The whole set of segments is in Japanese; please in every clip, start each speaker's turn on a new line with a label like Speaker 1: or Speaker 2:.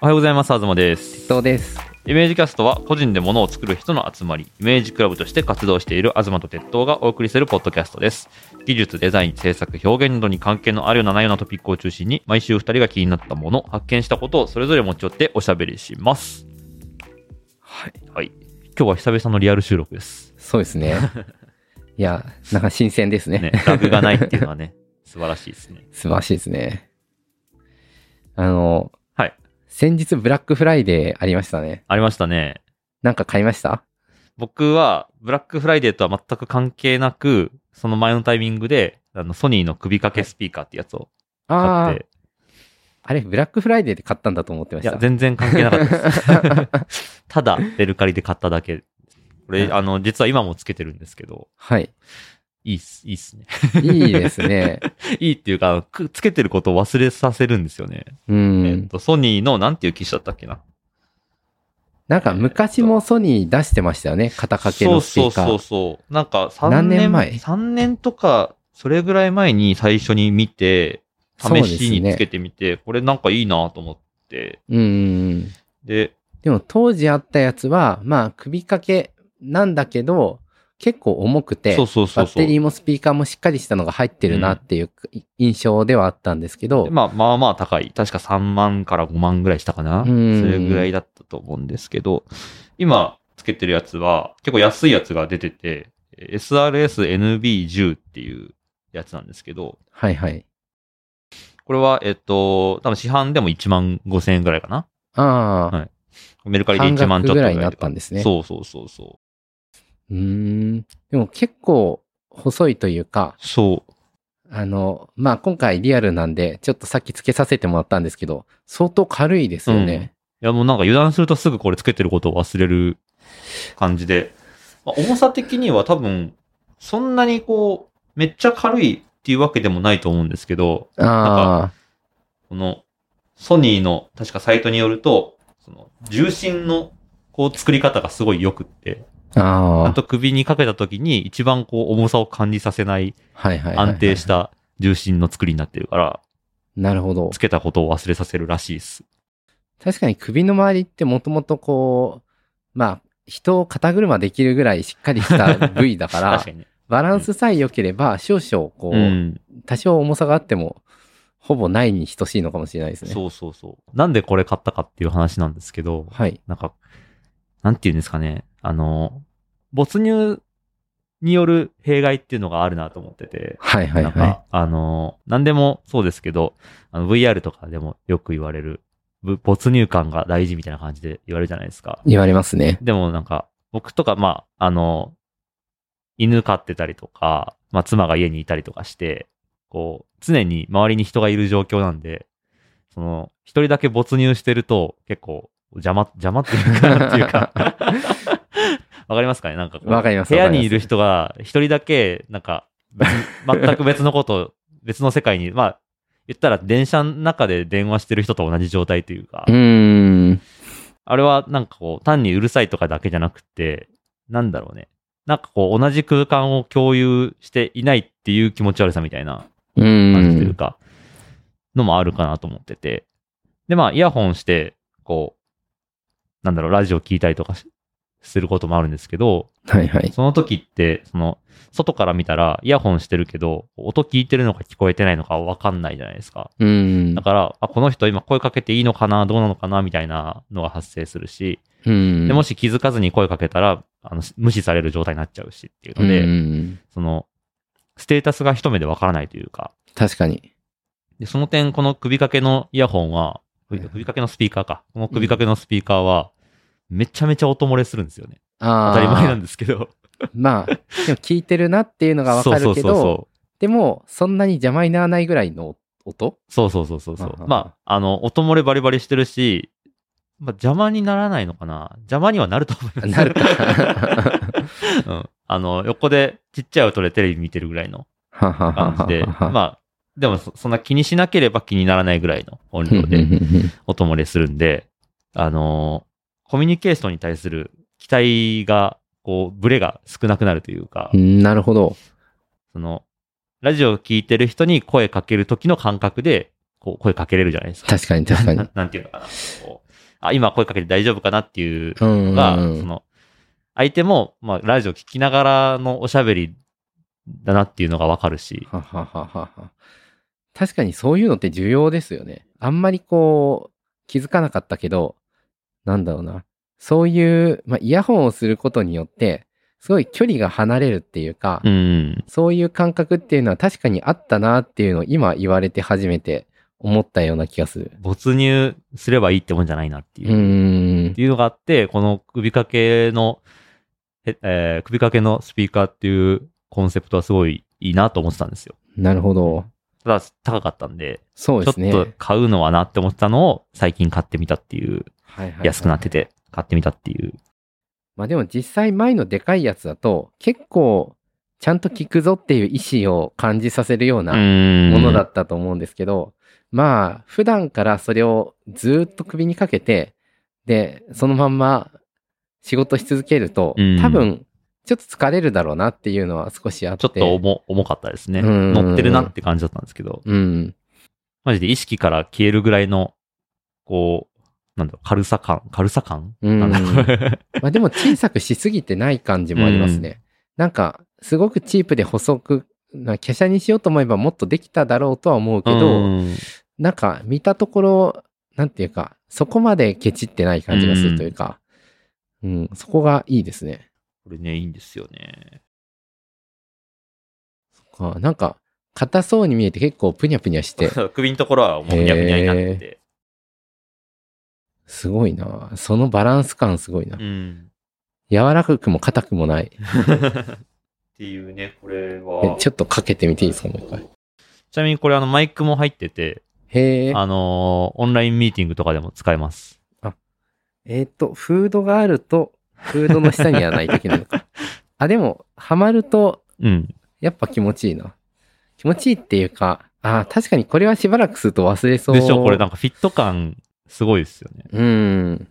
Speaker 1: おはようございます。東です。
Speaker 2: どうです。
Speaker 1: イメージキャストは個人で物を作る人の集まり、イメージクラブとして活動している東と鉄道がお送りするポッドキャストです。技術、デザイン、制作、表現などに関係のあるようなないようなトピックを中心に、毎週2人が気になったもの、発見したことをそれぞれ持ち寄っておしゃべりします。
Speaker 2: はい。
Speaker 1: はい。今日は久々のリアル収録です。
Speaker 2: そうですね。 いや、なんか新鮮ですね。
Speaker 1: ね、ラグがないっていうのはね、素晴らしいですね。
Speaker 2: 素晴らしいですね。あの、
Speaker 1: はい。
Speaker 2: 先日ブラックフライデーありましたね。
Speaker 1: ありましたね。
Speaker 2: なんか買いました
Speaker 1: 僕は、ブラックフライデーとは全く関係なく、その前のタイミングで、あの、ソニーの首掛けスピーカーってやつを買
Speaker 2: あ
Speaker 1: っ
Speaker 2: あ
Speaker 1: て、、
Speaker 2: あれ、ブラックフライデーで買ったんだと思ってま
Speaker 1: い
Speaker 2: した。
Speaker 1: や、全然関係なかった です。ただ、メルカリで買っただけ。これ、
Speaker 2: うん
Speaker 1: あの、実は今もつけてるんですけど、
Speaker 2: はい。
Speaker 1: いいっす、いいっすね。
Speaker 2: いいですね。
Speaker 1: いいっていうかあの、くつけてることを忘れさせるんですよね。
Speaker 2: う
Speaker 1: えっ
Speaker 2: ん。
Speaker 1: と、ソニーの、なんていう機種だったっけな。
Speaker 2: なんか昔もソニー出してましたよね。肩掛けのスピーカー。
Speaker 1: そうそうそうそう。なんか、3
Speaker 2: 何
Speaker 1: 年
Speaker 2: 年前
Speaker 1: ?3 年とか、それぐらい前に最初に見て、試し
Speaker 2: そうです
Speaker 1: に
Speaker 2: ね
Speaker 1: つけてみて、これなんかいいなと思って、
Speaker 2: うん。
Speaker 1: で、
Speaker 2: でも当時あったやつは、まあ首掛けなんだけど、結構重くて。
Speaker 1: そうそうそう
Speaker 2: バッ
Speaker 1: そう
Speaker 2: テ。リーもスピーカーもしっかりしたのが入ってるなっていう印象ではあったんですけど、
Speaker 1: でまあ、まあまあ高い。確か3万から5万ぐらいしたかな。
Speaker 2: う
Speaker 1: そ
Speaker 2: ん
Speaker 1: れぐらいだったと思うんですけど、今つけてるやつは結構安いやつが出てて、えー SRS-NB10 っていうやつなんですけど、
Speaker 2: はいはい。
Speaker 1: これは、えっと、多分市販でも1万5千円ぐらいかな。
Speaker 2: ああ、
Speaker 1: はいメルカリで
Speaker 2: 半
Speaker 1: 1万ちょっと
Speaker 2: 額ぐ
Speaker 1: ぐ
Speaker 2: ら
Speaker 1: らい
Speaker 2: い
Speaker 1: と
Speaker 2: に
Speaker 1: か
Speaker 2: なったんですね。
Speaker 1: そうそうそうそう。
Speaker 2: う。ん。でも結構細いというか、
Speaker 1: そう。
Speaker 2: あの、まあ今回リアルなんで、ちょっとさっきつけさせてもらったんですけど、相当軽いですよね。
Speaker 1: いやもうなんか油断するとすぐこれつけてることを忘れる感じで、まあ重さ的には多分、そんなにこう、めっちゃ軽いっていうわけでもないと思うんですけど、
Speaker 2: ああ、
Speaker 1: このソニーの確かサイトによると、その重心のこう作り方がすごい良くって、ちゃ
Speaker 2: あ
Speaker 1: ん
Speaker 2: あ、
Speaker 1: と首にかけた時に一番こう重さを感じさせない
Speaker 2: はいはいはいはい
Speaker 1: 安定した重心の作りになってるから、
Speaker 2: なるほど
Speaker 1: つ。けたことを忘れさせるらしいです。
Speaker 2: 確かに首の周りってもともとこう、まあ人を肩車できるぐらいしっかりした部位だから
Speaker 1: 確か、にね。
Speaker 2: バランスさえ良ければ、少々こう、
Speaker 1: うん。
Speaker 2: 多少重さがあっても、ほぼないに等しいのかもしれないですね。
Speaker 1: そうそうそう。なんでこれ買ったかっていう話なんですけど、
Speaker 2: はい。
Speaker 1: なんか、なんていうんですかね、あの、没入による弊害っていうのがあるなと思ってて、
Speaker 2: はいはい
Speaker 1: なん
Speaker 2: は
Speaker 1: か、あの、何でもそうですけど、あの VR とかでもよく言われる、ぶ没入感が大事みたいな感じで言われるじゃないですか。
Speaker 2: い。言われますね。
Speaker 1: でもなんか、僕とか、まあ、あの、犬飼ってたりとか、まあ、妻が家にいたりとかして、こう、常に周りに人がいる状況なんで、その、一人だけ没入してると、結構、邪魔、邪魔っていうか、なんていう か、わかりますかねなんかこう
Speaker 2: わかります
Speaker 1: 部屋にいる人が、一人だけ、なんか、別に全く別のこと、別の世界に、まあ、言ったら電車の中で電話してる人と同じ状態というか、
Speaker 2: うーん。
Speaker 1: あれはなんかこう、単にうるさいとかだけじゃなくて、なんだろうね。なんかこう、同じ空間を共有していないっていう気持ち悪さみたいな
Speaker 2: う
Speaker 1: 感じという
Speaker 2: ーん。
Speaker 1: か、のもあるかなと思ってて。で、まあ、イヤホンして、こう、なんだろう、ラジオ聞いたりとかしすることもあるんですけど、
Speaker 2: はいはい。
Speaker 1: その時って、その、外から見たら、イヤホンしてるけど、音聞いてるのか聞こえてないのかわかんないじゃないですか。
Speaker 2: うーん
Speaker 1: だ。から、あ、この人今声かけていいのかな、どうなのかな、みたいなのが発生するし、
Speaker 2: うーん。
Speaker 1: でもし気づかずに声かけたらあの無視される状態になっちゃうしっていう
Speaker 2: う
Speaker 1: ので、
Speaker 2: ーん。
Speaker 1: そのステータスが一目でわからないというか
Speaker 2: 確かに。
Speaker 1: でその点この首掛けのイヤホンは首首掛けのスピーカーかこの首掛けのスピーカーはめちゃめちゃ音漏れするんですよね
Speaker 2: あ
Speaker 1: 当
Speaker 2: あ。
Speaker 1: たり前なんですけど
Speaker 2: まあ、でも聞いてるなっていうのがわかるけど、
Speaker 1: そうそうそう
Speaker 2: でも、そんなに邪魔にならないぐらいの音
Speaker 1: そうそうそうそうそう
Speaker 2: あはは
Speaker 1: まああの音漏れバリバリしてるし、まあ、邪魔にならないのかな邪魔には なると思います
Speaker 2: なるか。
Speaker 1: うん、あの横でちっちゃい音でテレビ見てるぐらいの
Speaker 2: ははは
Speaker 1: 感じ で、
Speaker 2: は。あ、
Speaker 1: まあ、でもそそんな気にしなければ気にならないぐらいの音
Speaker 2: う
Speaker 1: 量
Speaker 2: んうんう
Speaker 1: で
Speaker 2: ん
Speaker 1: 音漏れするんで、あのーコミュニケーションに対する期待が、こう、ブレが少なくなるというか、
Speaker 2: うん なるほど。
Speaker 1: その、ラジオを聞いてる人に声かける時の感覚で、こう、声かけれるじゃないですか。
Speaker 2: 確かに確かに
Speaker 1: な。なんていうのかな。こうあ、今声かけて大丈夫かなっていう
Speaker 2: うんうんう
Speaker 1: の
Speaker 2: ん
Speaker 1: が、その、相手も、まあ、ラジオ聞きながらのおしゃべりだなっていうのがわかるし、
Speaker 2: ははははは。確かにそういうのって重要ですよね。あんまりこう、気づかなかったけど、なんだろうな。そういう、まあ、イヤホンをすることによって、すごい距離が離れるっていうか、
Speaker 1: うん。
Speaker 2: そういう感覚っていうのは確かにあったなっていうのを今言われて初めて思ったような気がする。
Speaker 1: 没入すればいいってもんじゃないなっていうう。
Speaker 2: ーん
Speaker 1: っ。ていうのがあって、この首掛けの、ええー首掛けのスピーカーっていうコンセプトはすごいいいなと思ってたんですよ。
Speaker 2: なるほど。
Speaker 1: ただ、高かったんで、
Speaker 2: そう
Speaker 1: ちょ
Speaker 2: で
Speaker 1: っ
Speaker 2: すね。
Speaker 1: と買うのはなって思ってたのを最近買ってみたっていう、
Speaker 2: はいはいはい
Speaker 1: 安くなって。て買ってみたっていう。
Speaker 2: まあでも実際前のでかいやつだと結構ちゃんと聞くぞっていう意思を感じさせるような
Speaker 1: も
Speaker 2: ものだったと思うんですけど、まあ、普段からそれをずーっと首にかけて、で、そのまんま仕事し続けると
Speaker 1: うん、
Speaker 2: 多分、ちょっと疲れるだろうなっていうのは少しあって。
Speaker 1: ちょっと重重かったですね。
Speaker 2: うん
Speaker 1: 乗ってるなって感じだったんですけど、
Speaker 2: うん。
Speaker 1: マジで意識から消えるぐらいの、こう、なんだろう、軽さ感、軽さ感、
Speaker 2: うん
Speaker 1: なんだ ろう
Speaker 2: まあでも小さくしすぎてない感じもありますね。なんか、すごくチープで細く、な華奢にしようと思えばもっとできただろうとは思うけど、
Speaker 1: うん
Speaker 2: なんか見たところ、なんていうか、そこまでケチってない感じがするというか、うん、そこがいいですね。
Speaker 1: これね、いいんですよね。
Speaker 2: あなんか、硬そうに見えて結構プニャプニ ャして、
Speaker 1: 首のところはもうニャニャになってて。
Speaker 2: すごいな。そのバランス感すごいな
Speaker 1: う。ん。
Speaker 2: 柔らかくも硬く もない。
Speaker 1: っていうね、これ
Speaker 2: え
Speaker 1: は。
Speaker 2: ちょっとかけてみていいですか、もう一回。
Speaker 1: ちなみにこれあのマイクも入ってて、
Speaker 2: へえ。
Speaker 1: あのーオンラインミーティングとかでも使えます。
Speaker 2: えっ、と、フードがあると、フードの下にはないといけないの か。あ、でも、はまると、
Speaker 1: うん。
Speaker 2: やっぱ気持ちいいな。気持ちいいっていうか、あー確かにこれはしばらくすると忘れそう。
Speaker 1: でしょこれなんかフィット感すごいですよね。
Speaker 2: うん。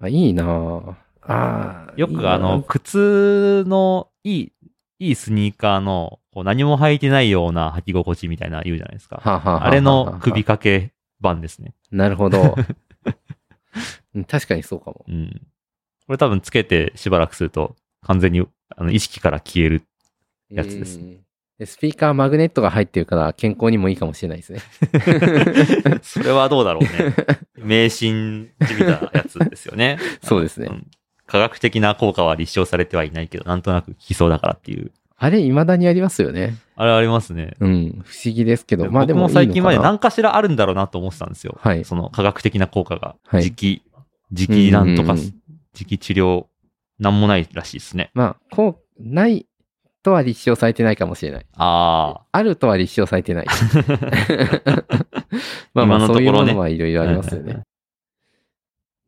Speaker 2: あ、いいなぁあー
Speaker 1: よ
Speaker 2: いい
Speaker 1: く
Speaker 2: な
Speaker 1: あの、靴のいい、いいスニーカーのこう何も履いてないような履き心地みたいな言うじゃないですか。
Speaker 2: はははは
Speaker 1: あれの首掛け版ですね。
Speaker 2: なるほ ど。うん確かにそうかも。
Speaker 1: うん。これ多分つけてしばらくすると完全にあの意識から消 える。やつです
Speaker 2: うんでスピーカーマグネットが入ってるから健康にもいいかもしれないですね。。
Speaker 1: それはどうだろうね。迷信じみたやつですよね
Speaker 2: そう ですね
Speaker 1: ん科学的な効果は立証されてはいないけど、なんとなく効きそうだからっていう。
Speaker 2: あれ、未だにありますよね。
Speaker 1: あれありますね。
Speaker 2: うん。不思議ですけど。まあで
Speaker 1: 僕
Speaker 2: も
Speaker 1: も最近まで
Speaker 2: いいのかな
Speaker 1: 何かしらあるんだろうなと思ってたんですよ。
Speaker 2: はい
Speaker 1: その科学的な効果が。
Speaker 2: はい
Speaker 1: 時期、時期なんとか、
Speaker 2: うんうんうん
Speaker 1: 時期治療、なんもないらしいですね。
Speaker 2: まあ、こう、ないとは立証されてないかもしれない。
Speaker 1: あ
Speaker 2: あるとは立証さ れてない。まあ
Speaker 1: 今
Speaker 2: まあ、
Speaker 1: のと
Speaker 2: そ
Speaker 1: ころ
Speaker 2: う
Speaker 1: ね
Speaker 2: いうものはいろいろありますよね。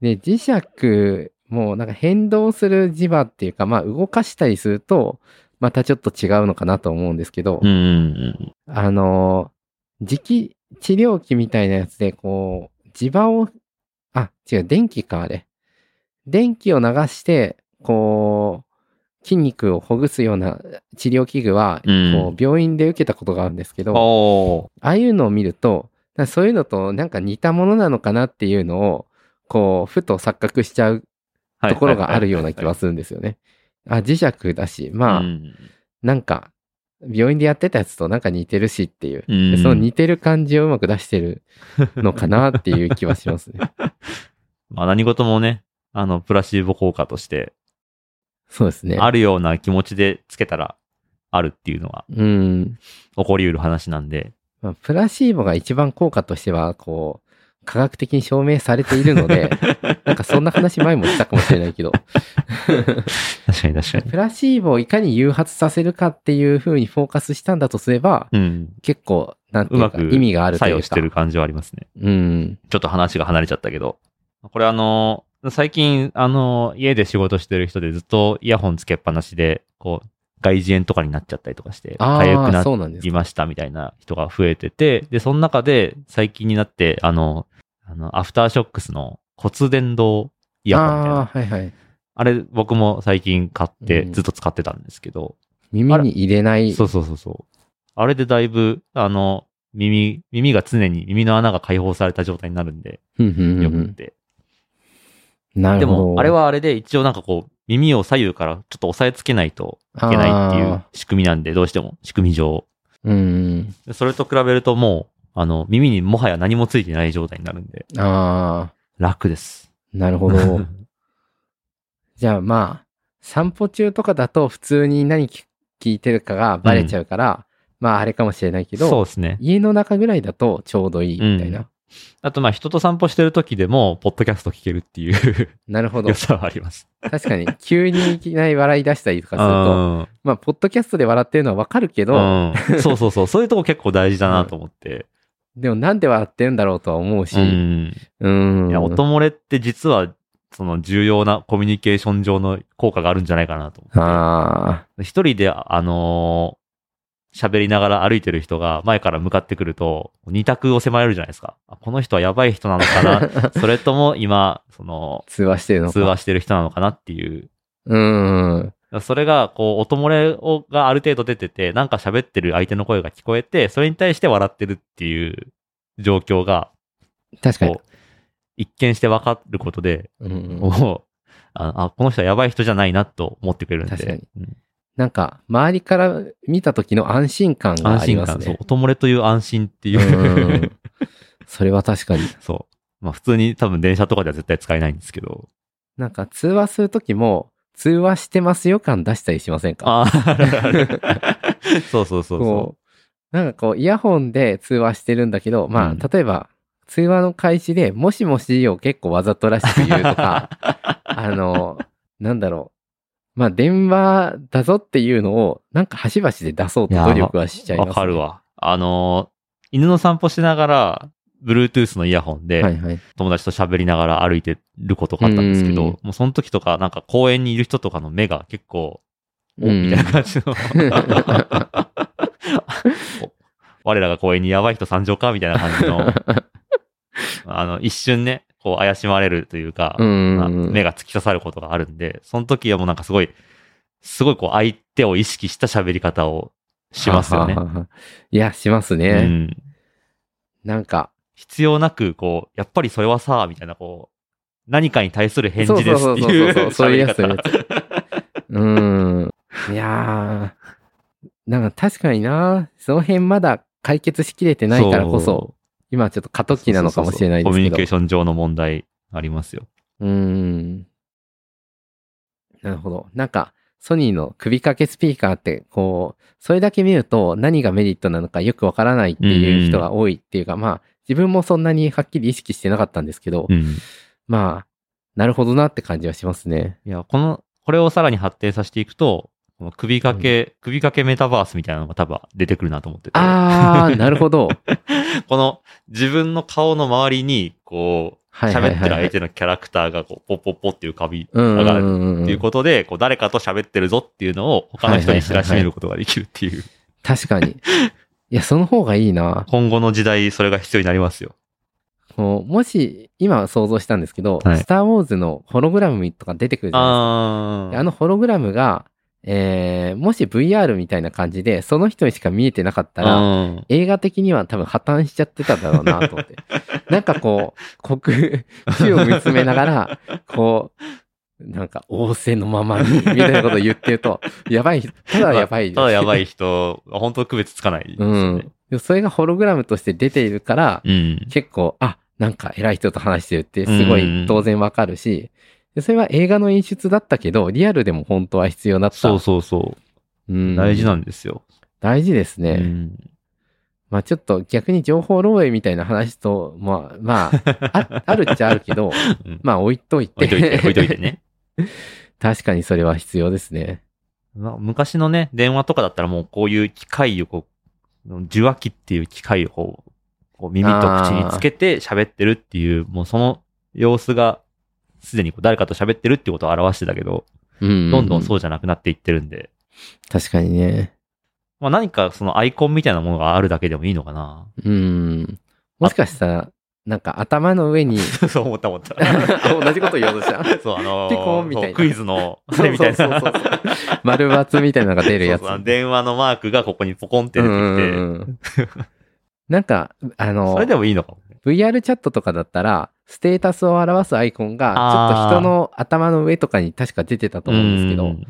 Speaker 2: で、磁石もなんか変動する磁場っていうか、まあ動かしたりすると、またちょっと違うのかなと思うんですけど、
Speaker 1: あ。うんうん
Speaker 2: あのー、磁気治療器みたいなやつで、こう、磁場を、あ、違う、電気か、あれ。電気を流して、こう、筋肉をほぐすような治療器具は、
Speaker 1: うん。
Speaker 2: こう病院で受けたことがあるんですけど、
Speaker 1: おー
Speaker 2: ああいうのを見ると、だからそういうのとなんか似たものなのかなっていうのを、こう、ふと錯覚しちゃう
Speaker 1: はい
Speaker 2: ところがあるような気
Speaker 1: は
Speaker 2: はいするんですよね。あ、磁石だし、まあ、
Speaker 1: はいはいうん
Speaker 2: なんか、病院でやってたやつとなんか似てるしっていう、
Speaker 1: うん
Speaker 2: でその似てる感じをうまく出してるのかなっていう気はします ね。
Speaker 1: まあ何事もね、あの、プラシーボ効果として、
Speaker 2: そうですね。
Speaker 1: あるような気持ちでつけたら、あるっていうのは
Speaker 2: うん。
Speaker 1: 起こりうる話なんで、
Speaker 2: まあ、プラシーボが一番効果としては、こう、科学的に証明されている ので、なんかそんな話前もしたかもしれないけど、
Speaker 1: 確かに確かに。
Speaker 2: プラシーボをいかに誘発させるかっていう風にフォーカスしたんだとすれば、
Speaker 1: うん。
Speaker 2: 結構、なんて
Speaker 1: う
Speaker 2: いう
Speaker 1: ま
Speaker 2: か、
Speaker 1: く
Speaker 2: 意味があると
Speaker 1: 作
Speaker 2: いうか。
Speaker 1: 用してる感じはありますね。
Speaker 2: うん。
Speaker 1: ちょっと話が離れちゃったけど、これあの、最近、あの、家で仕事してる人でずっとイヤホンつけっぱなしで、こう、外耳炎とかになっちゃったりとかして、
Speaker 2: あ
Speaker 1: 痒くな
Speaker 2: あ、
Speaker 1: っ
Speaker 2: そうなんです
Speaker 1: り
Speaker 2: か。
Speaker 1: ましたみたいな人が増えてて、で、その中で最近になって、あの、あのアフターショックスの骨伝導イヤホンみたいな。
Speaker 2: あ
Speaker 1: あ
Speaker 2: あー、はいはい。
Speaker 1: れ、僕も最近買って、
Speaker 2: うん
Speaker 1: ずっと使ってたんですけど、
Speaker 2: 耳に入れない。
Speaker 1: そうそうそうそう。あれでだいぶ、あの、耳、耳が常に耳の穴が解放された状態になるんで、
Speaker 2: うんうんうん
Speaker 1: よくって。
Speaker 2: な
Speaker 1: で
Speaker 2: るほど。
Speaker 1: も、あれはあれで一応なんかこう、耳を左右からちょっと押さえつけないといけないっていう
Speaker 2: あ
Speaker 1: 仕組みなんで、どうしても、仕組み上。
Speaker 2: ー。うん
Speaker 1: でそれと比べるともう、あの、耳にもはや何もついてない状態になるんで、
Speaker 2: うん。あ
Speaker 1: 楽です。
Speaker 2: あ、なる ほど。じゃあまあ、散歩中とかだと普通に何聞聞いてるかがバレちゃうから、まああれかもしれないけど、
Speaker 1: そうですね。
Speaker 2: 家の中ぐらいだとちょうどいいみたいな。
Speaker 1: あとまあ人と散歩してる時でも、ポッドキャスト聞けるっていう
Speaker 2: なるほど
Speaker 1: 良。さはあります。
Speaker 2: 確かに、急にいきなり笑い出したりとかすると、
Speaker 1: うん
Speaker 2: まあ、ポッドキャストで笑ってるのはわかるけど、
Speaker 1: うん、そうそうそう。そういうとこ結構大事だなと思って。
Speaker 2: でもなんで笑ってるんだろうとは 思う
Speaker 1: う
Speaker 2: し、うん。
Speaker 1: ん。いや、音漏れって実は、その重要なコミュニケーション上の効果があるんじゃないかなと思って。
Speaker 2: ああ、
Speaker 1: 一人で、あのー喋りながら歩いてる人が前から向かってくると、二択を迫れるじゃないですか。あこの人はやばい人なのか なそれとも今、その、
Speaker 2: 通話してるのか。
Speaker 1: 通話してる人なのかなっていう。
Speaker 2: うん。
Speaker 1: それが、こう、音漏れをがある程度出てて、なんか喋ってる相手の声が聞こえて、それに対して笑ってるっていう状況が、
Speaker 2: 確かに
Speaker 1: こ。う、一見して分かることで、
Speaker 2: うん、
Speaker 1: もうああ、この人はやばい人じゃないなと思ってくれるんで。
Speaker 2: 確かに
Speaker 1: うん
Speaker 2: なんか、周りから見た時の安心感が
Speaker 1: 安
Speaker 2: あり
Speaker 1: 心
Speaker 2: ま
Speaker 1: 感、
Speaker 2: す
Speaker 1: そ
Speaker 2: ね。
Speaker 1: う、音漏れという安心っていうう、
Speaker 2: ん。それは確かに。
Speaker 1: そう。まあ普通に多分電車とかでは絶対使えないんですけど。
Speaker 2: なんか、通話する時も、通話してますよ感出したりしませんか
Speaker 1: あある あるあるそうそうそうそ
Speaker 2: こう、なんかこう、イヤホンで通話してるんだけど、まあ、
Speaker 1: うん
Speaker 2: 例えば、通話の開始で、もしもしを結構わざとらしく言うと か、あの、なんだろう。まあ、電話だぞっていうのを、なんか端々で出そうと努力はしちゃ
Speaker 1: う。
Speaker 2: います、
Speaker 1: わかる。わ。あのー、犬の散歩しながら、Bluetooth のイヤホン
Speaker 2: はい
Speaker 1: で
Speaker 2: はい。
Speaker 1: 友達と喋りながら歩いてることがあったんですけど、
Speaker 2: うん
Speaker 1: もうその時とかなんか公園にいる人とかの目が結構、お
Speaker 2: うん
Speaker 1: みたいな感じの。 我らが公園にやばい人参上かみたいな感じ の、あの、一瞬ね、こう怪しまれるというか、まあ
Speaker 2: うん。
Speaker 1: 目が突き刺さることがあるんで、その時はもうなんかすごい、すごいこう相手を意識した喋り方をしますよね
Speaker 2: は。はははいや、します
Speaker 1: う
Speaker 2: ね。
Speaker 1: ん、
Speaker 2: なんか、
Speaker 1: 必要なく、こう、やっぱりそれはさ、みたいな、こう、何かに対する返事ですっていう
Speaker 2: そうそうそうそうそう
Speaker 1: 喋
Speaker 2: いう
Speaker 1: り
Speaker 2: やつ
Speaker 1: 方。
Speaker 2: うん。いやー、なんか確かにな、その辺まだ解決しきれてないからこそ、今はちょっと過渡
Speaker 1: そう、
Speaker 2: 期なのかもしれないです
Speaker 1: コミュニ
Speaker 2: けど。
Speaker 1: ケーション上の問題ありますよ。
Speaker 2: うーん。なるほど。なんか、ソニーの首掛けスピーカーって、こう、それだけ見ると何がメリットなのかよくわからないっていう人が多いっていうか、まあ、自分もそんなにはっきり意識してなかったんですけど、
Speaker 1: うん。
Speaker 2: まあ、なるほどなって感じはしますね。
Speaker 1: いや、この、これをさらに発展させていくと、この首掛け、首掛けメタバースみたいなのが多分出てくるなと思ってて。
Speaker 2: あー、なるほど。
Speaker 1: この自分の顔の周りに、こう、
Speaker 2: はいはいは
Speaker 1: 喋
Speaker 2: い
Speaker 1: ってる相手のキャラクターがこうポッポッポっていう壁
Speaker 2: うんう
Speaker 1: が上が
Speaker 2: んう
Speaker 1: る
Speaker 2: んうん。
Speaker 1: っていうことで、こう誰かと喋ってるぞっていうのを他の人に知らしめることができるっていう。
Speaker 2: 確か に。いや、その方がいいな。
Speaker 1: 今後の時代、それが必要になります よ。
Speaker 2: こうもし、今想像したんですけど、
Speaker 1: はい
Speaker 2: スター・ウォーズのホログラムとか出てくるじゃないですか。
Speaker 1: あ
Speaker 2: であのホログラムが、えーもし VR みたいな感じで、その人にしか見えてなかったら、
Speaker 1: うん
Speaker 2: 映画的には多分破綻しちゃってただろうなと 思って。なんかこう、国、地を見つめながら、こう、なんか仰せのままに、みたいなことを言ってると、やばい、ただやばい。
Speaker 1: ただやばい人、本当区別つかないです
Speaker 2: う
Speaker 1: よ
Speaker 2: ん。
Speaker 1: ね。
Speaker 2: でもそれがホログラムとして出ているから、
Speaker 1: うん。
Speaker 2: 結構、あ、なんか偉い人と話してるってすご
Speaker 1: うんう
Speaker 2: い
Speaker 1: ん
Speaker 2: 当然わかるし、でそれは映画の演出だったけど、リアルでも本当は必要だった。
Speaker 1: そうそうそうう。
Speaker 2: ん
Speaker 1: 大事なんですよ。
Speaker 2: 大事ですね。
Speaker 1: うん
Speaker 2: まあちょっと逆に情報漏洩みたいな話と、まあ、まあ、 ああるっちゃあるけど、
Speaker 1: うん
Speaker 2: まあ置いとい
Speaker 1: 置
Speaker 2: て。
Speaker 1: いといて、置いといてね。
Speaker 2: 確かにそれは必要ですね。
Speaker 1: まあ昔のね、電話とかだったらもうこういう機械をこう、受話器っていう機械をこう、こう耳と口につけて喋ってるっていう、もうその様子が、すでにこう誰かと喋ってるってことを表してたけど、
Speaker 2: うん。。
Speaker 1: どんどんそううじゃなくなっていってるんで、
Speaker 2: 確かにね。
Speaker 1: まあ何かそのアイコンみたいなものがあるだけでもいいのかな。
Speaker 2: うん。もしかしたら、なんか頭の 上に、
Speaker 1: そう思った思った。
Speaker 2: あ同じこと言おうとした。
Speaker 1: そう、あのー
Speaker 2: ピコンみたいな
Speaker 1: そうクイズの、あれみたいな。
Speaker 2: そうそうそうそう丸抜みたいなのが出るやつ。
Speaker 1: そうそう電話のマークがここにポコンって出てきて、
Speaker 2: うんうんうんなんか、あの
Speaker 1: それ、でもいいのかもね。
Speaker 2: VR チャットとかだったら、ステータスを表すアイコンが、
Speaker 1: あー
Speaker 2: ちょっと人の頭の上とかに確か出てたと思うんですけ
Speaker 1: う
Speaker 2: ど、
Speaker 1: ん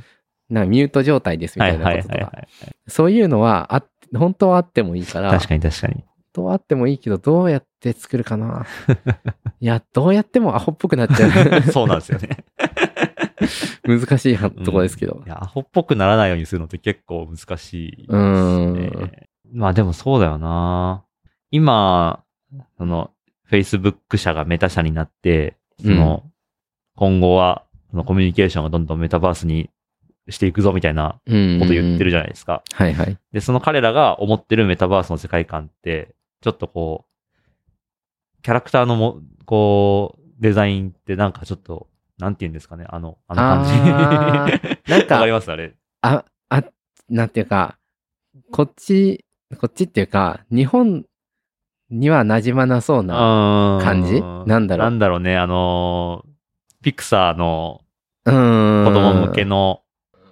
Speaker 2: なんかミュート状態ですみ
Speaker 1: は
Speaker 2: た
Speaker 1: い
Speaker 2: い
Speaker 1: は
Speaker 2: ないこ
Speaker 1: はい
Speaker 2: ととか。
Speaker 1: はい。
Speaker 2: そういうのは、あ、本当はあってもいいから、
Speaker 1: 確かに確かに。
Speaker 2: 本当はあってもいいけど、どうやって作る かないや、どうやってもアホっぽくなっちゃう。
Speaker 1: そうなんですよ ね。
Speaker 2: 難しいはとこですけど
Speaker 1: い。や、アホっぽくならないようにするのって結構難しいですね。
Speaker 2: うーん
Speaker 1: まあでもそうだよな。今、その、Facebook 社がメタ社になって、その、今後は、そのコミュニケーションがどんどんメタバースにしていくぞみたいな
Speaker 2: うん。
Speaker 1: こと言ってるじゃないですか。
Speaker 2: はいはい。
Speaker 1: で、その彼らが思ってるメタバースの世界観って、ちょっとこう、キャラクターのも、こう、デザインってなんかちょっと、なんて言うんですかね、あの、あの感じ。
Speaker 2: なん
Speaker 1: わかり
Speaker 2: か、
Speaker 1: ますあれ。
Speaker 2: あ、あ、なんていうか、こっち、こっちっていうか、日本には馴染まなそうな
Speaker 1: 感
Speaker 2: 感じなんだろ
Speaker 1: な
Speaker 2: う。
Speaker 1: んだろうね、あのーピクサーの
Speaker 2: うーん。
Speaker 1: 子供向けの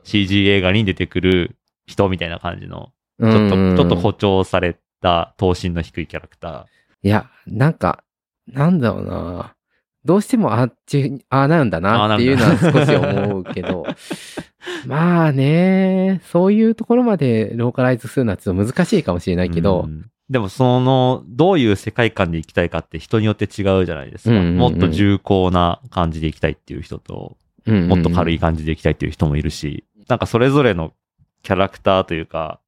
Speaker 1: CG 映画に出てくる人みたいな感じの、ちょっと、
Speaker 2: うん
Speaker 1: ちょっと誇張された、頭身の低いキャラクタ
Speaker 2: いや、なんか、なんだろうな。どうしてもあっち、ああなるんだなっていうの
Speaker 1: あ
Speaker 2: は
Speaker 1: あなるんだ
Speaker 2: 少し思う けど。まあね、そういうところまでローカライズするのはちょっと難しいかもしれな
Speaker 1: ー。
Speaker 2: いけど、
Speaker 1: うんでも、その、どういう世界観でいきたいかって人によって違うじゃないですか。
Speaker 2: うんうんうん
Speaker 1: もっと重厚な感じでいきたいっていう人と、もっと軽
Speaker 2: い。
Speaker 1: い感じでいきたいっていう人もいるし、なんかそれぞれのキャラクターというか、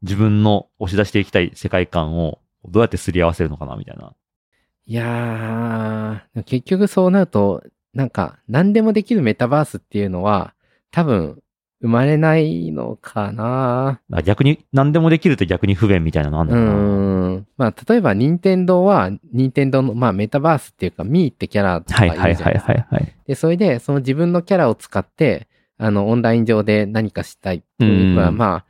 Speaker 1: 自分の押し出していきたい世界観をどうやってすり合わせるのかなみたいな。
Speaker 2: いやー、結局そうなると、なんか、何でもできるメタバースっていうのは、多分、生まれないのかな。
Speaker 1: あ逆に、何でもできると逆に不便みたいなのあん
Speaker 2: う
Speaker 1: のかな
Speaker 2: ーん。まあ、例えば、任天堂は、任天堂の、まあ、メタバースっていうか、ミーってキャラと
Speaker 1: は
Speaker 2: か
Speaker 1: いい
Speaker 2: るじゃ
Speaker 1: は
Speaker 2: な
Speaker 1: い
Speaker 2: いですか。
Speaker 1: はいはいはい。
Speaker 2: で、それで、その自分のキャラを使って、あの、オンライン上で何かしたいっていうのは、
Speaker 1: うん
Speaker 2: まあ、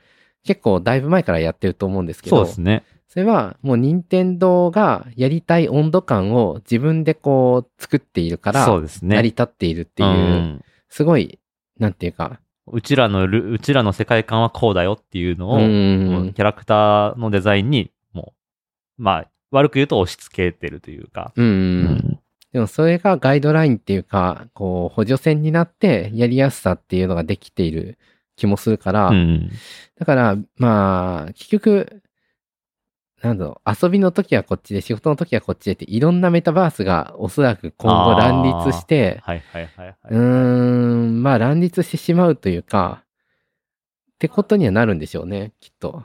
Speaker 2: 結構だいぶ前からやってると思うんですけ
Speaker 1: そう
Speaker 2: ど、
Speaker 1: ですね。
Speaker 2: それはもう任天堂がやりたい温度感を自分でこう作っているから、
Speaker 1: そうですね。
Speaker 2: 成り立っているっていう、
Speaker 1: うん
Speaker 2: すごい、なんていうか、
Speaker 1: うちらのル、うちらの世界観はこうだよっていうのを、
Speaker 2: う、
Speaker 1: もうんキャラクターのデザインに、もう、まあ、悪く言うと押し付けてるというか。
Speaker 2: うん、
Speaker 1: うん
Speaker 2: でもそれがガイドラインっていうか、こう補助線になってやりやすさっていうのができている気もするから、
Speaker 1: うん
Speaker 2: だから、まあ、結局、なんだろう、遊びの時はこっちで、仕事の時はこっちでって、いろんなメタバースがおそらく今後乱立して、。
Speaker 1: はいはいはいはいう
Speaker 2: ーん、まあ乱立してしまうというか、ってことにはなるんでしょうね、きっと。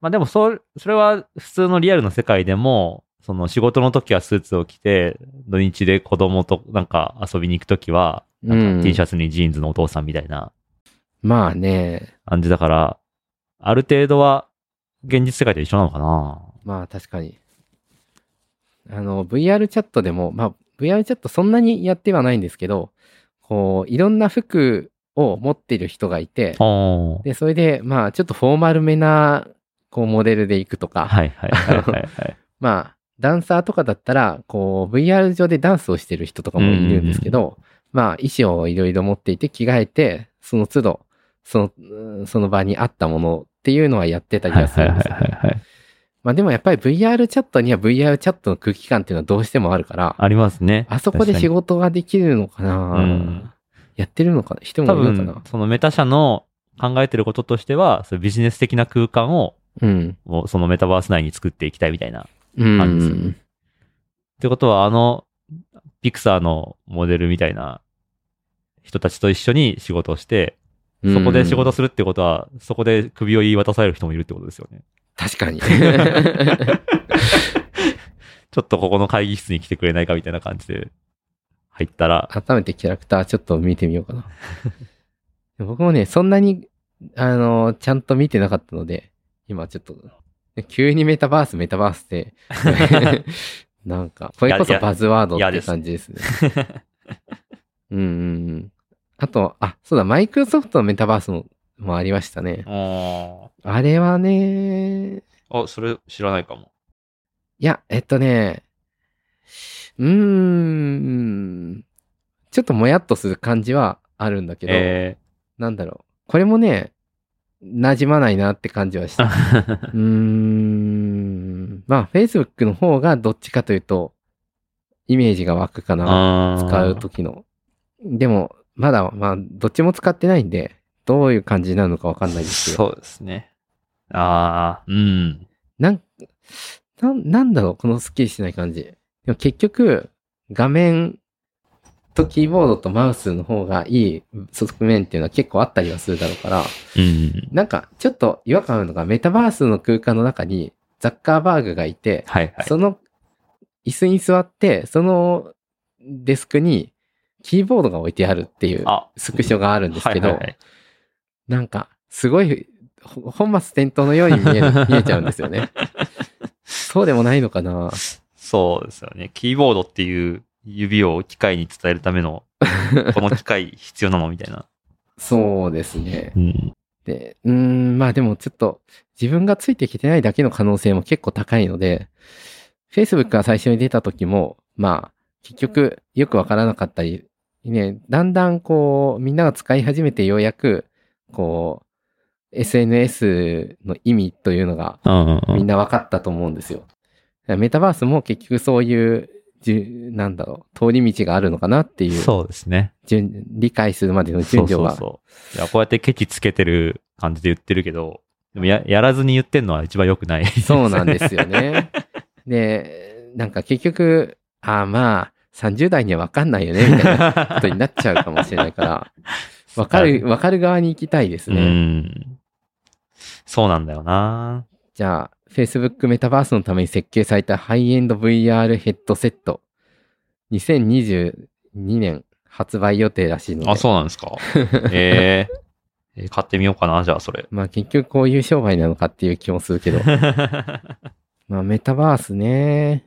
Speaker 1: まあでもそれ、それは普通のリアルの世界でも、その仕事の時はスーツを着て、土日で子供となんか遊びに行く時は、なん
Speaker 2: うん
Speaker 1: か T シャツにジーンズのお父さんみたいな
Speaker 2: まあね、
Speaker 1: 感じだから、ある程度は現実世界と一緒なのかな
Speaker 2: まあ確かに。あの、VR チャットでも、まあ VR チャットそんなにやってはないんですけど、こう、いろんな服を持っている人がいて、
Speaker 1: おー
Speaker 2: で、それで、まあ、ちょっとフォーマルめな、こう、モデルで行くとか、
Speaker 1: はいはいはいはい はい。
Speaker 2: まあ、ダンサーとかだったら、こう、VR 上でダンスをしてる人とかもいるんですけど、まあ、衣装をいろいろ持っていて、着替えて、その都度、その、うんその場に合ったものっていうのはやってた気
Speaker 1: はい
Speaker 2: がす
Speaker 1: はい
Speaker 2: るん
Speaker 1: は
Speaker 2: で
Speaker 1: い
Speaker 2: すよ
Speaker 1: はい
Speaker 2: ね。
Speaker 1: はい。
Speaker 2: まあ、でもやっぱり VR チャットには VR チャットの空気感っていうのはどうしてもあるから、
Speaker 1: ありますね。
Speaker 2: あそこで仕事ができるのかな、
Speaker 1: うん
Speaker 2: やってるのかな人も
Speaker 1: 多
Speaker 2: いるのか
Speaker 1: 分
Speaker 2: な、
Speaker 1: そのメタ社の考えてることとしては、そういうビジネス的な空間を、
Speaker 2: うん。
Speaker 1: もうそのメタバース内に作っていきたいみたいな
Speaker 2: う
Speaker 1: 感じですよ
Speaker 2: ん
Speaker 1: ね。ってことは、あの、ピクサーのモデルみたいな人たちと一緒に仕事をして、そこで仕事するってことは、そこで首を言い渡される人もいるってことですよね。
Speaker 2: 確かに。
Speaker 1: ちょっとここの会議室に来てくれないかみたいな感じで入ったら、
Speaker 2: 改めてキャラクターちょっと見てみようかな。 僕もね、そんなに、あの、ちゃんと見てなかったので、今ちょっと、急にメタバース、メタバー スで、なんか、これこそバズワード
Speaker 1: いや
Speaker 2: っ
Speaker 1: いや
Speaker 2: て感じですね。うんうんうん。あと、あ、そうだ、マイクロソフトのメタバースももありましたね。
Speaker 1: あ
Speaker 2: あれはね、
Speaker 1: あ、それ知らないかも。
Speaker 2: いや、えっとね、うーん、ちょっともやっとする感じはあるんだけど、
Speaker 1: え
Speaker 2: なんだろう。これもね、馴染まないなって感じはした。うーん。まあ、Facebook の方がどっちかというと、イメージが湧くかな。使
Speaker 1: 使
Speaker 2: う時の。でも、まだ、まあ、どっちも使ってないんで、どういう感じになるのかわかんないですけど。
Speaker 1: そうですね。ああ、うん。
Speaker 2: なん、なん、なんだろう、このスッキリしない感じ。でも結局、画面とキーボードとマウスの方がいい側面っていうのは結構あったりはするだろうから、
Speaker 1: うん。
Speaker 2: なんかちょっと違和感あるのが、メタバースの空間の中にザッカーバーグがいて、
Speaker 1: はいはい。
Speaker 2: その椅子に座って、そのデスクにキーボードが置いてあるっていう
Speaker 1: あ
Speaker 2: スクショがあるんですけ
Speaker 1: は
Speaker 2: ど、
Speaker 1: いはいはい
Speaker 2: なんかすごいほ本末転倒のように見え る見えちゃうんですよね。そうでもないのかな
Speaker 1: そうですよね。キーボードっていう指を機械に伝えるため の、この機械必要なのみたいな。
Speaker 2: そうですね。
Speaker 1: うん。
Speaker 2: で、うーん、まあでもちょっと自分がついてきてないだけの可能性も結構高いので、Facebook が最初に出た時も、まあ結局よくわからなかったり、ね、だんだんこうみんなが使い始めてようやく、こう SNS の意味というのが
Speaker 1: うんう
Speaker 2: みん
Speaker 1: ん。
Speaker 2: な分かったと思うんですよ。だからメタバースも結局そういう、じゅなんだろう、通り道があるのかなっていう、
Speaker 1: そうですね。
Speaker 2: 順理解するまでの順序が。
Speaker 1: そうそうそう。いや、こうやってケチつけてる感じで言ってるけど、でもややらずに言ってんのは一番良くない。
Speaker 2: そうなんですよね。で、なんか結局、ああまあ、30代には分かんないよね、 みたいなことになっちゃうかもしれないから、分かる、分かる側に行きたいです
Speaker 1: う
Speaker 2: ね。
Speaker 1: ん。そうなんだよな。
Speaker 2: じゃあ、Facebook メタバースのために設計されたハイエンド VR ヘッドセット。2022年発売予定らしいので。。
Speaker 1: あ、そうなんです か。えーえー買ってみようかな、じゃあ、そ れ
Speaker 2: まあ結局こういう商売なのかっていう気もする けど。まあメタバースね。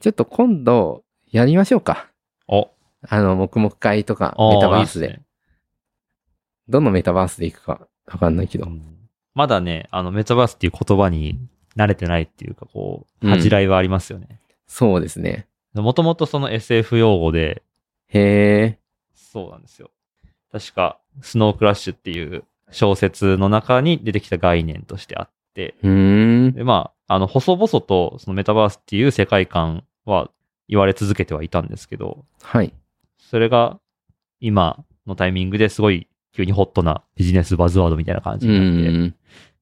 Speaker 2: ちょっと今度やりましょうか。
Speaker 1: お、
Speaker 2: あの、黙々会とか、
Speaker 1: あー
Speaker 2: メタバースで。
Speaker 1: いいっすね
Speaker 2: どのメタバースで行くかわかんないけど
Speaker 1: う。んまだね、あの、メタバースっていう言葉に慣れてないっていうか、こう、
Speaker 2: うん
Speaker 1: 恥じらいはありますよね。
Speaker 2: そうですね。
Speaker 1: もともとその SF 用語で、
Speaker 2: へえ。
Speaker 1: そうなんですよ。確か、スノークラッシュっていう小説の中に出てきた概念としてあって、
Speaker 2: うーん。
Speaker 1: で、まあ、あの、細々とそのメタバースっていう世界観は言われ続けてはいたんですけど、
Speaker 2: はい。
Speaker 1: それが今のタイミングですごい急にホットなビジネスバズワードみたいな感
Speaker 2: う
Speaker 1: じになって、
Speaker 2: ーん。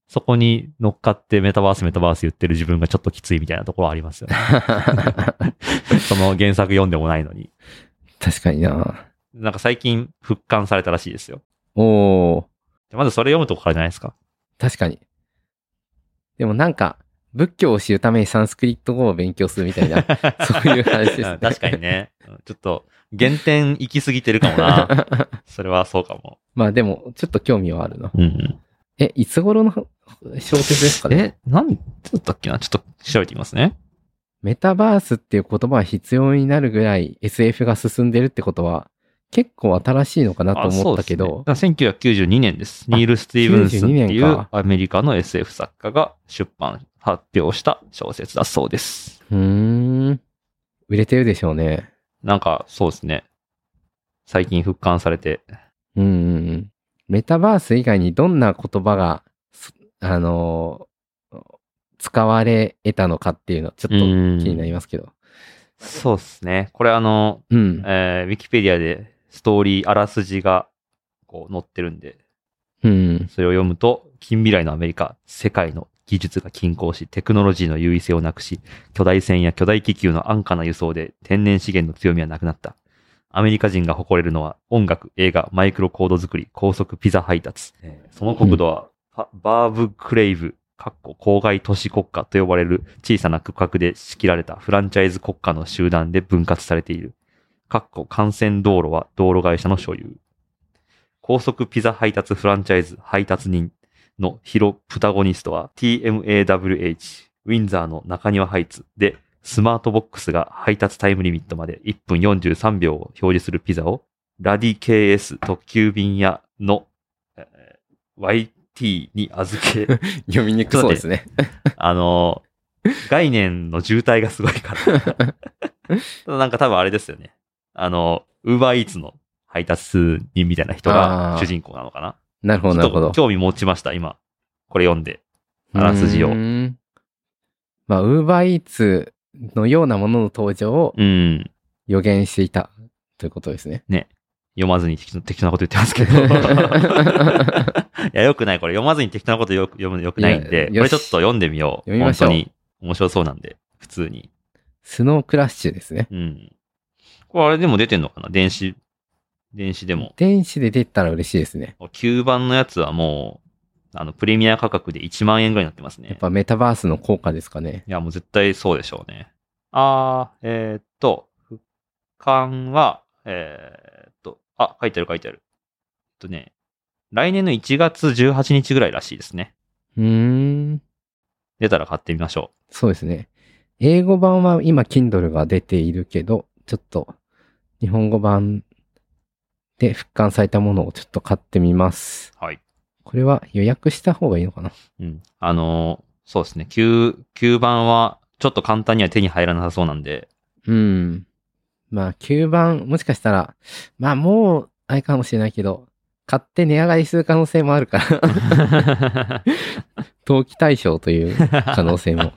Speaker 1: そこに乗っかってメタバースメタバース言ってる自分がちょっときついみたいなところあります よね。その原作読んでもないのに。
Speaker 2: 確かにな。
Speaker 1: なんか最近復刊されたらしいですよ。
Speaker 2: おー。
Speaker 1: まずそれ読むとこからじゃないですか。
Speaker 2: 確かに。でもなんか、仏教を知るためにサンスクリット語を勉強するみたい な、そういう話です
Speaker 1: う
Speaker 2: ね
Speaker 1: ん。 確かに ね。うんちょっと原点行き過ぎてるかもな。それはそうかも。
Speaker 2: まあでも、ちょっと興味はあるな。
Speaker 1: うん、
Speaker 2: え、いつ頃の小説ですかね
Speaker 1: え、なんだったっけなちょっと調べてみますね。
Speaker 2: メタバースっていう言葉は必要になるぐらい SF が進んでるってことは、結構新しいのかなと
Speaker 1: あそ
Speaker 2: 思
Speaker 1: う
Speaker 2: っ
Speaker 1: で
Speaker 2: た
Speaker 1: す
Speaker 2: け
Speaker 1: ねだか
Speaker 2: ど、
Speaker 1: ら1992年です。
Speaker 2: あ
Speaker 1: ニール・スティーブンスって
Speaker 2: 92
Speaker 1: い
Speaker 2: 年
Speaker 1: う
Speaker 2: か
Speaker 1: アメリカの SF 作家が出版、発表した小説だそうです。
Speaker 2: うーん。売れてるでしょうね。
Speaker 1: なんか、そうですね。最近復刊されて。
Speaker 2: うんうんうん。メタバース以外にどんな言葉が、そあのー使われ得たのかっていうの、ちょっと気になりますけど。
Speaker 1: そうですね。これあの、
Speaker 2: うん。
Speaker 1: えー、ウィキペディアでストーリー、あらすじが、こう、載ってるんで、
Speaker 2: うん。
Speaker 1: それを読むと、近未来のアメリカ、世界の技術が均衡し、テクノロジーの優位性をなくし、巨大船や巨大気球の安価な輸送で天然資源の強みはなくなった。アメリカ人が誇れるのは音楽、映画、マイクロコード作り、高速ピザ配達。その国土は、パバーブクレイブ、かっこ郊外都市国家と呼ばれる小さな区画で仕切られたフランチャイズ国家の集団で分割されている。かっこ幹線道路は道路会社の所有。高速ピザ配達フランチャイズ配達人のヒロプタゴニストは TMAWH、ウィンザーの中庭ハイツでスマートボックスが配達タイムリミットまで1分43秒を表示するピザをラディ KS 特急便屋の、えー YT に預け、
Speaker 2: 読みにくそうですね。
Speaker 1: あのー概念の渋滞がすごい から。ただなんか多分あれですよね。あの、ウーバーイーツの配達人みたいな人が
Speaker 2: あー
Speaker 1: 主人公なのかな。
Speaker 2: なるほど、なるほ
Speaker 1: ちょっ
Speaker 2: ど
Speaker 1: と。興味持ちました、今。これ読んで。あらすじを
Speaker 2: うーんまあ、ウーバーイーツのようなものの登場を
Speaker 1: うん。
Speaker 2: 予言していたということですね。
Speaker 1: 読まずに適当適当なこと言ってますけ ど。いや、よくない。これ読まずに適当なことよく読むのよくないんで、
Speaker 2: い
Speaker 1: こ
Speaker 2: やよ
Speaker 1: れ
Speaker 2: し
Speaker 1: ちょっと読んでみよう。
Speaker 2: 読みましょう
Speaker 1: 本当に面白そうなんで、普通に。
Speaker 2: スノークラッシュですね。
Speaker 1: うん。これあれでも出てんのかな電子、電子でも。
Speaker 2: 電子で出たら嬉しいですね。
Speaker 1: 9番のやつはもう、あの、プレミア価格で1万円ぐらいになってますね。
Speaker 2: やっぱメタバースの効果ですかね。
Speaker 1: いや、もう絶対そうでしょうね。あー、えーっと、俯瞰は、えーっと、あ、書いてある書いてある。えっとね、来年の1月18日ぐらいらしいですね。
Speaker 2: うーん。
Speaker 1: 出たら買ってみましょ
Speaker 2: そうですね。英語版は今 Kindle が出ているけど、ちょっと日本語版で復刊されたものをちょっと買ってみます。
Speaker 1: う。はい。
Speaker 2: これは予約した方がいいのかな
Speaker 1: うん。あのーそうですね。9、9番は、ちょっと簡単には手に入らなさそうなん で、
Speaker 2: うん。まあ、9番、もしかしたら、まあ、もう、あれかもしれないけど、買って値上がりする可能性もあるから、 投機対象という 可能性も。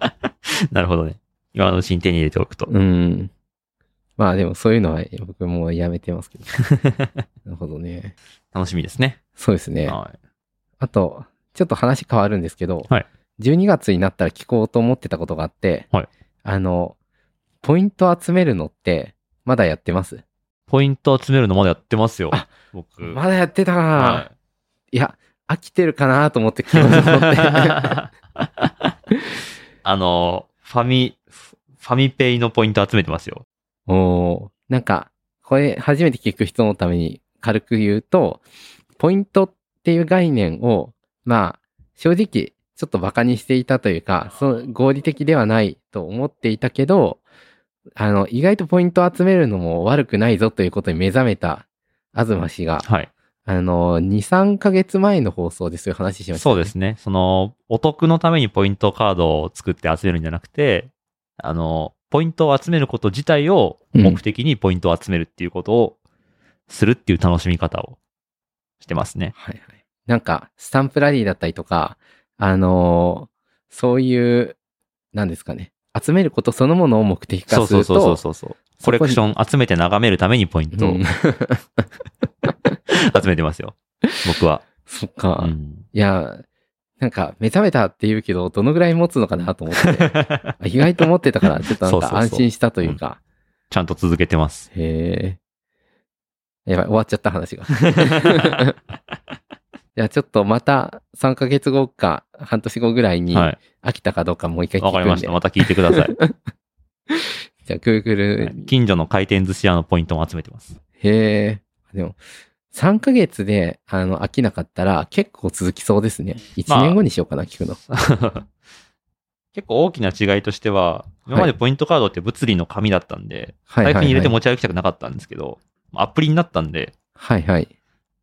Speaker 1: なるほどね。今のうちに手に入れておくと。
Speaker 2: うん。まあ、でもそういうのは僕もうやめてます けど。なるほどね。
Speaker 1: 楽しみですね。
Speaker 2: そうですね。
Speaker 1: はい。
Speaker 2: あと、ちょっと話変わるんですけど、
Speaker 1: はい
Speaker 2: 12月になったら聞こうと思ってたことがあって、
Speaker 1: はい
Speaker 2: あの、ポイント集めるのって、まだやってます
Speaker 1: ポイント集めるのまだやってますよ。
Speaker 2: あ
Speaker 1: 僕。
Speaker 2: まだやってたかな、
Speaker 1: はい
Speaker 2: いや、飽きてるかなと思って聞こうと 思って。
Speaker 1: あの、ファミ、ファミペイのポイント集めてますよ。
Speaker 2: おーなんか、これ初めて聞く人のために軽く言うと、ポイントっていう概念を、まあ、正直、ちょっとバカにしていたというか、その合理的ではないと思っていたけど、あの、意外とポイントを集めるのも悪くないぞということに目覚めた、東氏が、
Speaker 1: はい。
Speaker 2: あの、2、3ヶ月前の放送でそういう話しました、
Speaker 1: そうですね。その、お得のためにポイントカードを作って集めるんじゃなくて、あの、ポイントを集めること自体を目的にポイントを集めるっていうことをするっていう楽しみ方をしてますね。
Speaker 2: はいはい。なんか、スタンプラリーだったりとか、あのーそういう、なんですかね。集めることそのものを目的
Speaker 1: そ
Speaker 2: 化
Speaker 1: う
Speaker 2: す
Speaker 1: そう
Speaker 2: ると。
Speaker 1: そうそうそう。コレクシ
Speaker 2: ン。
Speaker 1: ョン集めて眺めるためにポイントを
Speaker 2: うん
Speaker 1: 集めてますよ。僕は。
Speaker 2: そっか。
Speaker 1: うん
Speaker 2: いや、なんか、目覚めたって言うけど、どのぐらい持つのかなと思って。あ意外と持ってた から、ちょっとなん
Speaker 1: そうそうそ
Speaker 2: か
Speaker 1: う
Speaker 2: 安心したというか。
Speaker 1: ちゃんと続けてます。
Speaker 2: へえ。やばい、終わっちゃった話 が。じゃあちょっとまた3ヶ月後か半年後ぐらいに
Speaker 1: は
Speaker 2: 飽きたかどうかもう一回
Speaker 1: い。
Speaker 2: 聞く
Speaker 1: わか
Speaker 2: んで。
Speaker 1: りました。また聞いてくだ さい。
Speaker 2: じゃあ Google
Speaker 1: はい近所の回転寿司屋のポイントも集めてます。
Speaker 2: へえ。でも、3ヶ月で、あの、飽きなかったら結構続きそうですね。
Speaker 1: まあ
Speaker 2: 1年後にしようかな、聞くの。
Speaker 1: 結構大きな違いとしては、今までポイントカードって物理の紙だったんで、
Speaker 2: はいは
Speaker 1: 財
Speaker 2: い、
Speaker 1: 布
Speaker 2: はい。
Speaker 1: に入れて持ち歩きたくなかったんですけど、アプリになったんで、
Speaker 2: はいはい。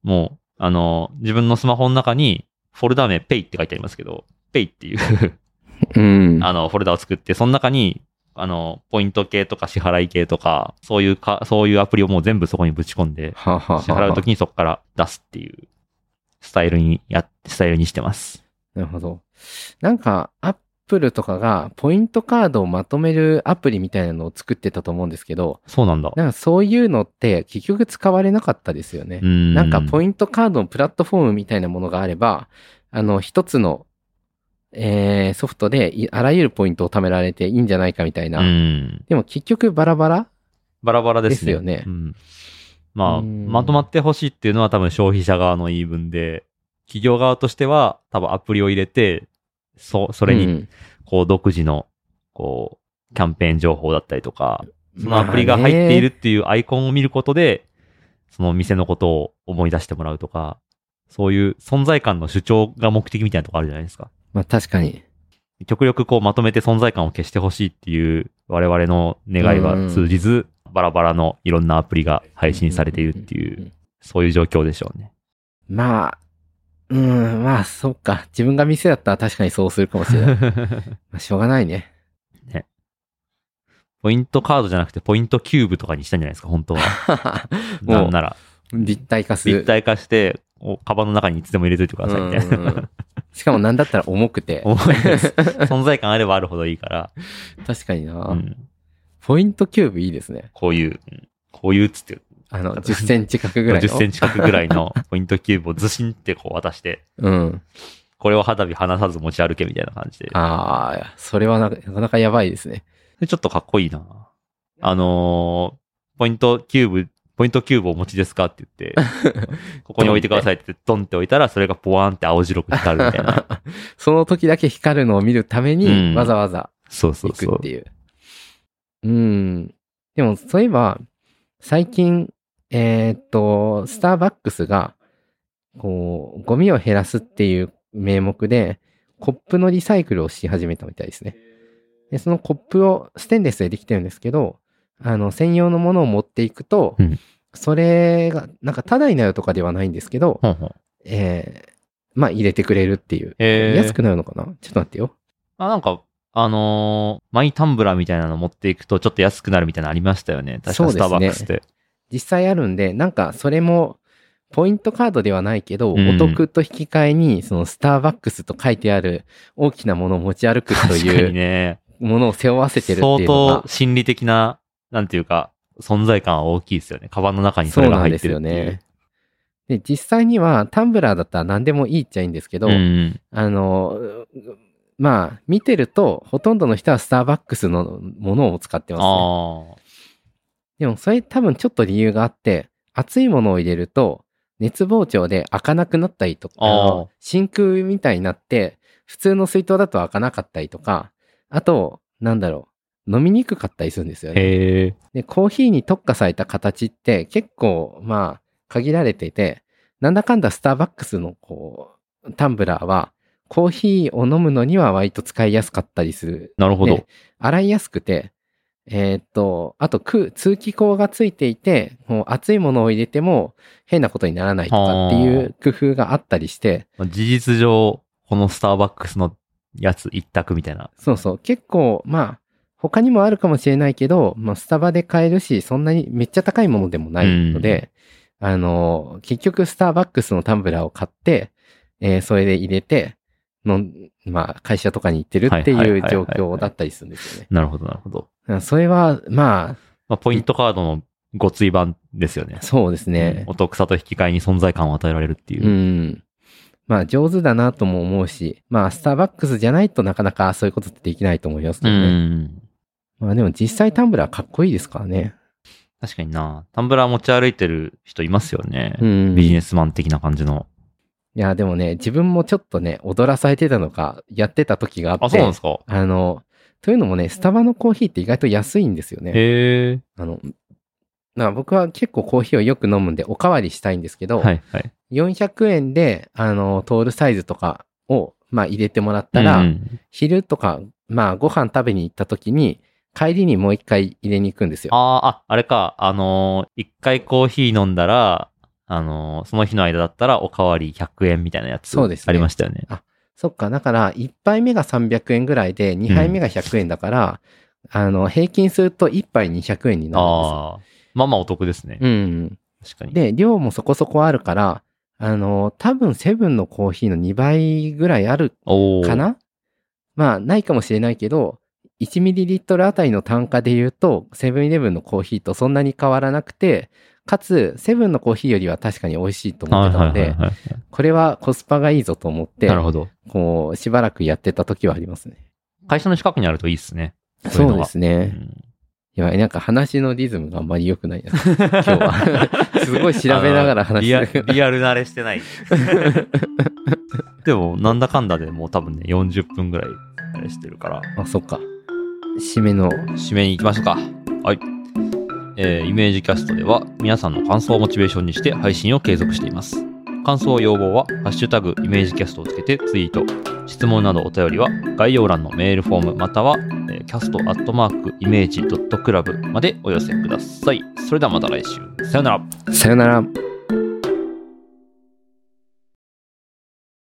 Speaker 1: もう、あの、自分のスマホの中に、フォルダ名ペイって書いてありますけど、ペイって いう
Speaker 2: うん。
Speaker 1: あの、フォルダを作って、その中に、あの、ポイント系とか支払い系とか、そういうか、そういうアプリをもう全部そこにぶち込んで、
Speaker 2: はあはあはあ
Speaker 1: 支払うときにそこから出すっていう、スタイルにやっ、スタイルにしてます。
Speaker 2: なるほど。なんか、アップルとかが、ポイントカードをまとめるアプリみたいなのを作ってたと思うんですけど、
Speaker 1: そうなんだ。
Speaker 2: なんかそういうのって結局使われなかったですよね。
Speaker 1: な
Speaker 2: なんかポ
Speaker 1: イン
Speaker 2: イントカードのプラットフォームみたいなものがあれば、あの、一つの、えーソフトでいあらゆるポイントを貯められていいんじゃないかみたいな。
Speaker 1: うん。
Speaker 2: でも結局バラバラ
Speaker 1: バラバラですね。
Speaker 2: ですよね
Speaker 1: うんまあ、
Speaker 2: うん
Speaker 1: まとまってほしいっていうのは多分消費者側の言い分で、企業側としては多分アプリを入れて、そ、それ
Speaker 2: う
Speaker 1: に、
Speaker 2: ん
Speaker 1: こう、独自の、こう、キャンペーン情報だったりとか、そのアプリが入っているっ。ていうアイコンを見ることで、その店のことを思い出してもらうとか、そういう存在感の主張が目的みたいなとこあるじゃないですか。
Speaker 2: まあねまあ確かに。
Speaker 1: 極力こうまとめて存在感を消してほしいっていう我々の願いは通じず、バラバラのいろんなアプリが配信されているってい
Speaker 2: んん
Speaker 1: う、
Speaker 2: ん。
Speaker 1: そういう状況でしょう ね。
Speaker 2: まあ、うん、まあそうか。自分が店だったら確かにそうするかも しれない。まあしょうがないね。
Speaker 1: ポイントカードじゃなくてポイントキューブとかにしたんじゃないですか、本当は。な
Speaker 2: も
Speaker 1: んなら、
Speaker 2: う立体化する。
Speaker 1: 立体化して、おカバンの中にいつでも入れといてくださいみたいな。
Speaker 2: うんしかもなんだったら重くて。
Speaker 1: 重いです存在感あればあるほどいいから、
Speaker 2: 確かにな、
Speaker 1: うん、
Speaker 2: ポイントキューブいいですね。
Speaker 1: こういう、うんこういうっつって、
Speaker 2: あの、10センチ 角ぐらいの。
Speaker 1: 10センチ角ぐらい のポイントキューブをずしんってこう渡して、
Speaker 2: うん。
Speaker 1: これを肌身離さず持ち歩けみたいな感じで。
Speaker 2: ああ、それはななかなかやばいですね。
Speaker 1: でちょっとかっこいいな。あのーポイントキューブ、ポイントキューブをお持ちですかって 言って、ここに置いてくださいって言って、ドンって置いたら、それがポワーンって青白く光るみたいな。
Speaker 2: その時だけ光るのを見るため
Speaker 1: うん
Speaker 2: に、わざわざ
Speaker 1: そうそ
Speaker 2: 行
Speaker 1: う
Speaker 2: く
Speaker 1: そう
Speaker 2: っ。ていう。うん。でも、そういえば、最近、えーっと、スターバックスが、こう、ゴミを減らすっていう名目で、コップのリサイクルをし始めたみたいですね。で、そのコップをステンレスでできてるんですけど、あの、専用のものを持っていくと、
Speaker 1: うん
Speaker 2: それが、なんか、ただになるとかではないんですけど、
Speaker 1: ほんほん
Speaker 2: えーまあ、入れてくれるっていう。
Speaker 1: えー
Speaker 2: 安くなるのかなちょっと待ってよ。
Speaker 1: あ、なんか、あのーマイタンブラーみたいなの持っていくとちょっと安くなるみたいなのありましたよね。確
Speaker 2: そう
Speaker 1: かス
Speaker 2: です
Speaker 1: タ
Speaker 2: ね
Speaker 1: ーバックスで。
Speaker 2: 実際あるんで、なんかそれも、ポイントカードではないけど、
Speaker 1: うん
Speaker 2: お得と引き換えに、そのスターバックスと書いてある大きなものを持ち歩くと
Speaker 1: 確か
Speaker 2: い
Speaker 1: に
Speaker 2: う
Speaker 1: ね。
Speaker 2: ものを背負わせてるってい
Speaker 1: 相
Speaker 2: うのが
Speaker 1: 当、心理的な、なんていうか、存在感は大きいですよね。カバンの中にそ
Speaker 2: そう
Speaker 1: れが
Speaker 2: なん
Speaker 1: 入
Speaker 2: で
Speaker 1: って
Speaker 2: す
Speaker 1: る
Speaker 2: よ
Speaker 1: っていう。
Speaker 2: ね。で、実際にはタンブラーだったら何でもいいっちゃいいんですけど、
Speaker 1: うん。
Speaker 2: あの、まあ、見てると、ほとんどの人はスターバックスのものを使ってますね。
Speaker 1: ああ。
Speaker 2: でもそれ多分ちょっと理由があって、熱いものを入れると、熱膨張で開かなくなったりとか、
Speaker 1: あー
Speaker 2: あの真空みたいになって、普通の水筒だと開かなかったりとか、あと、なんだろう、飲みにくかったりするんですよね。
Speaker 1: へえ。
Speaker 2: で、コーヒーに特化された形って結構、まあ、限られていて、なんだかんだスターバックスのこう、タンブラーは、コーヒーを飲むのには割と使いやすかったりする
Speaker 1: なるほど。
Speaker 2: ね洗いやすくて、えーっと、あと空、通気口がついていて、もう熱いものを入れても変なことにならないとかっていう工夫があったりして、
Speaker 1: まあ事実上、このスターバックスのやつ一択みたいな。
Speaker 2: そうそう、結構、まあ、他にもあるかもしれないけど、まあ、スタバで買えるし、そんなにめっちゃ高いものでもないので、あの、結局スターバックスのタンブラーを買って、えーそれで入れて、のんまあ、会社とかに行ってるって
Speaker 1: はいはい
Speaker 2: い
Speaker 1: はいうはい
Speaker 2: 状
Speaker 1: はい
Speaker 2: 況だったりするんですよね
Speaker 1: なるほど、なるほど。。
Speaker 2: だからそれは、ま
Speaker 1: まあ、ポイントカードのご追版ですよね
Speaker 2: あ、。そうですね。
Speaker 1: お得さと引き換えに存在感を与えられるっていう。
Speaker 2: うん。まあ上手だなとも思うし、まあスターバックスじゃないとなかなかそういうことってできないと思いますけ
Speaker 1: う
Speaker 2: どね。
Speaker 1: ん
Speaker 2: まあでも実際タンブラーかっこいいですからね。
Speaker 1: 確かにな。タンブラー持ち歩いてる人いますよね。
Speaker 2: うん。
Speaker 1: ビジ
Speaker 2: い
Speaker 1: ネスマン的な感じの。
Speaker 2: やでもね、自分もちょっとね、踊らされてたのか、やってた時があって。
Speaker 1: あ、そうなんですか。
Speaker 2: あの、というのもね、スタバのコーヒーって意外と安いんですよね。
Speaker 1: へえ。
Speaker 2: あの、な僕は結構コーヒーをよく飲むんでおかわりしたいんですけど、
Speaker 1: はいはい。
Speaker 2: 400円で、あの、トールサイズとかを、まあ入れてもらったら、
Speaker 1: うん
Speaker 2: 昼とか、まあ、ご飯食べに行った時に、帰りにもう一回入れに行くんです
Speaker 1: あ
Speaker 2: よ。
Speaker 1: あ、あ、あれか。あのー一回コーヒー飲んだら、あのーその日の間だったらおかわり100円みたいなやつ。
Speaker 2: そうですね
Speaker 1: ありましたよね。
Speaker 2: そっか、だから、1杯目が300円ぐらいで、2杯目が100円だから、あの、平均すると1杯200円になるんですよ。
Speaker 1: ああ。まあまあお得ですね。
Speaker 2: うん。
Speaker 1: 確かに。
Speaker 2: で、量もそこそこあるから、あの、多分セブンのコーヒーの2倍ぐらいある
Speaker 1: おー
Speaker 2: かなまあ、ないかもしれないけど、1ミリリットルあたりの単価で言うと、セブンイレブンのコーヒーとそんなに変わらなくて、かつ、セブンのコーヒーよりは確かに美味しいと思ってた
Speaker 1: は
Speaker 2: の
Speaker 1: いは
Speaker 2: で
Speaker 1: い、はいはい
Speaker 2: これはコスパがいいぞと思って
Speaker 1: な、るほど。
Speaker 2: こう、しばらくやってた時はありますね。
Speaker 1: 会社の近くにあるといいですね。そういう
Speaker 2: そう
Speaker 1: の
Speaker 2: で
Speaker 1: がう
Speaker 2: すね。
Speaker 1: ん
Speaker 2: いや、なんか話のリズムがあんまり良くないな、今 日は。すごい調べながら話
Speaker 1: リア
Speaker 2: してる。
Speaker 1: リアル慣れして ない。でも、なんだかんだでもう多分ね、40分ぐらいあれしてるから、
Speaker 2: あ、そっか。締めの、
Speaker 1: 締めに行きましょうか。はい。えーイメージキャストでは、皆さんの感想をモチベーションにして配信を継続しています。感想要望は、ハッシュタグイメージキャストをつけてツイート。質問などお便りは、概要欄のメールフォームまたは、えー、キャストアットマークイメージドットクラブまでお寄せください。それではまた来週。さよなら。
Speaker 2: さよなら。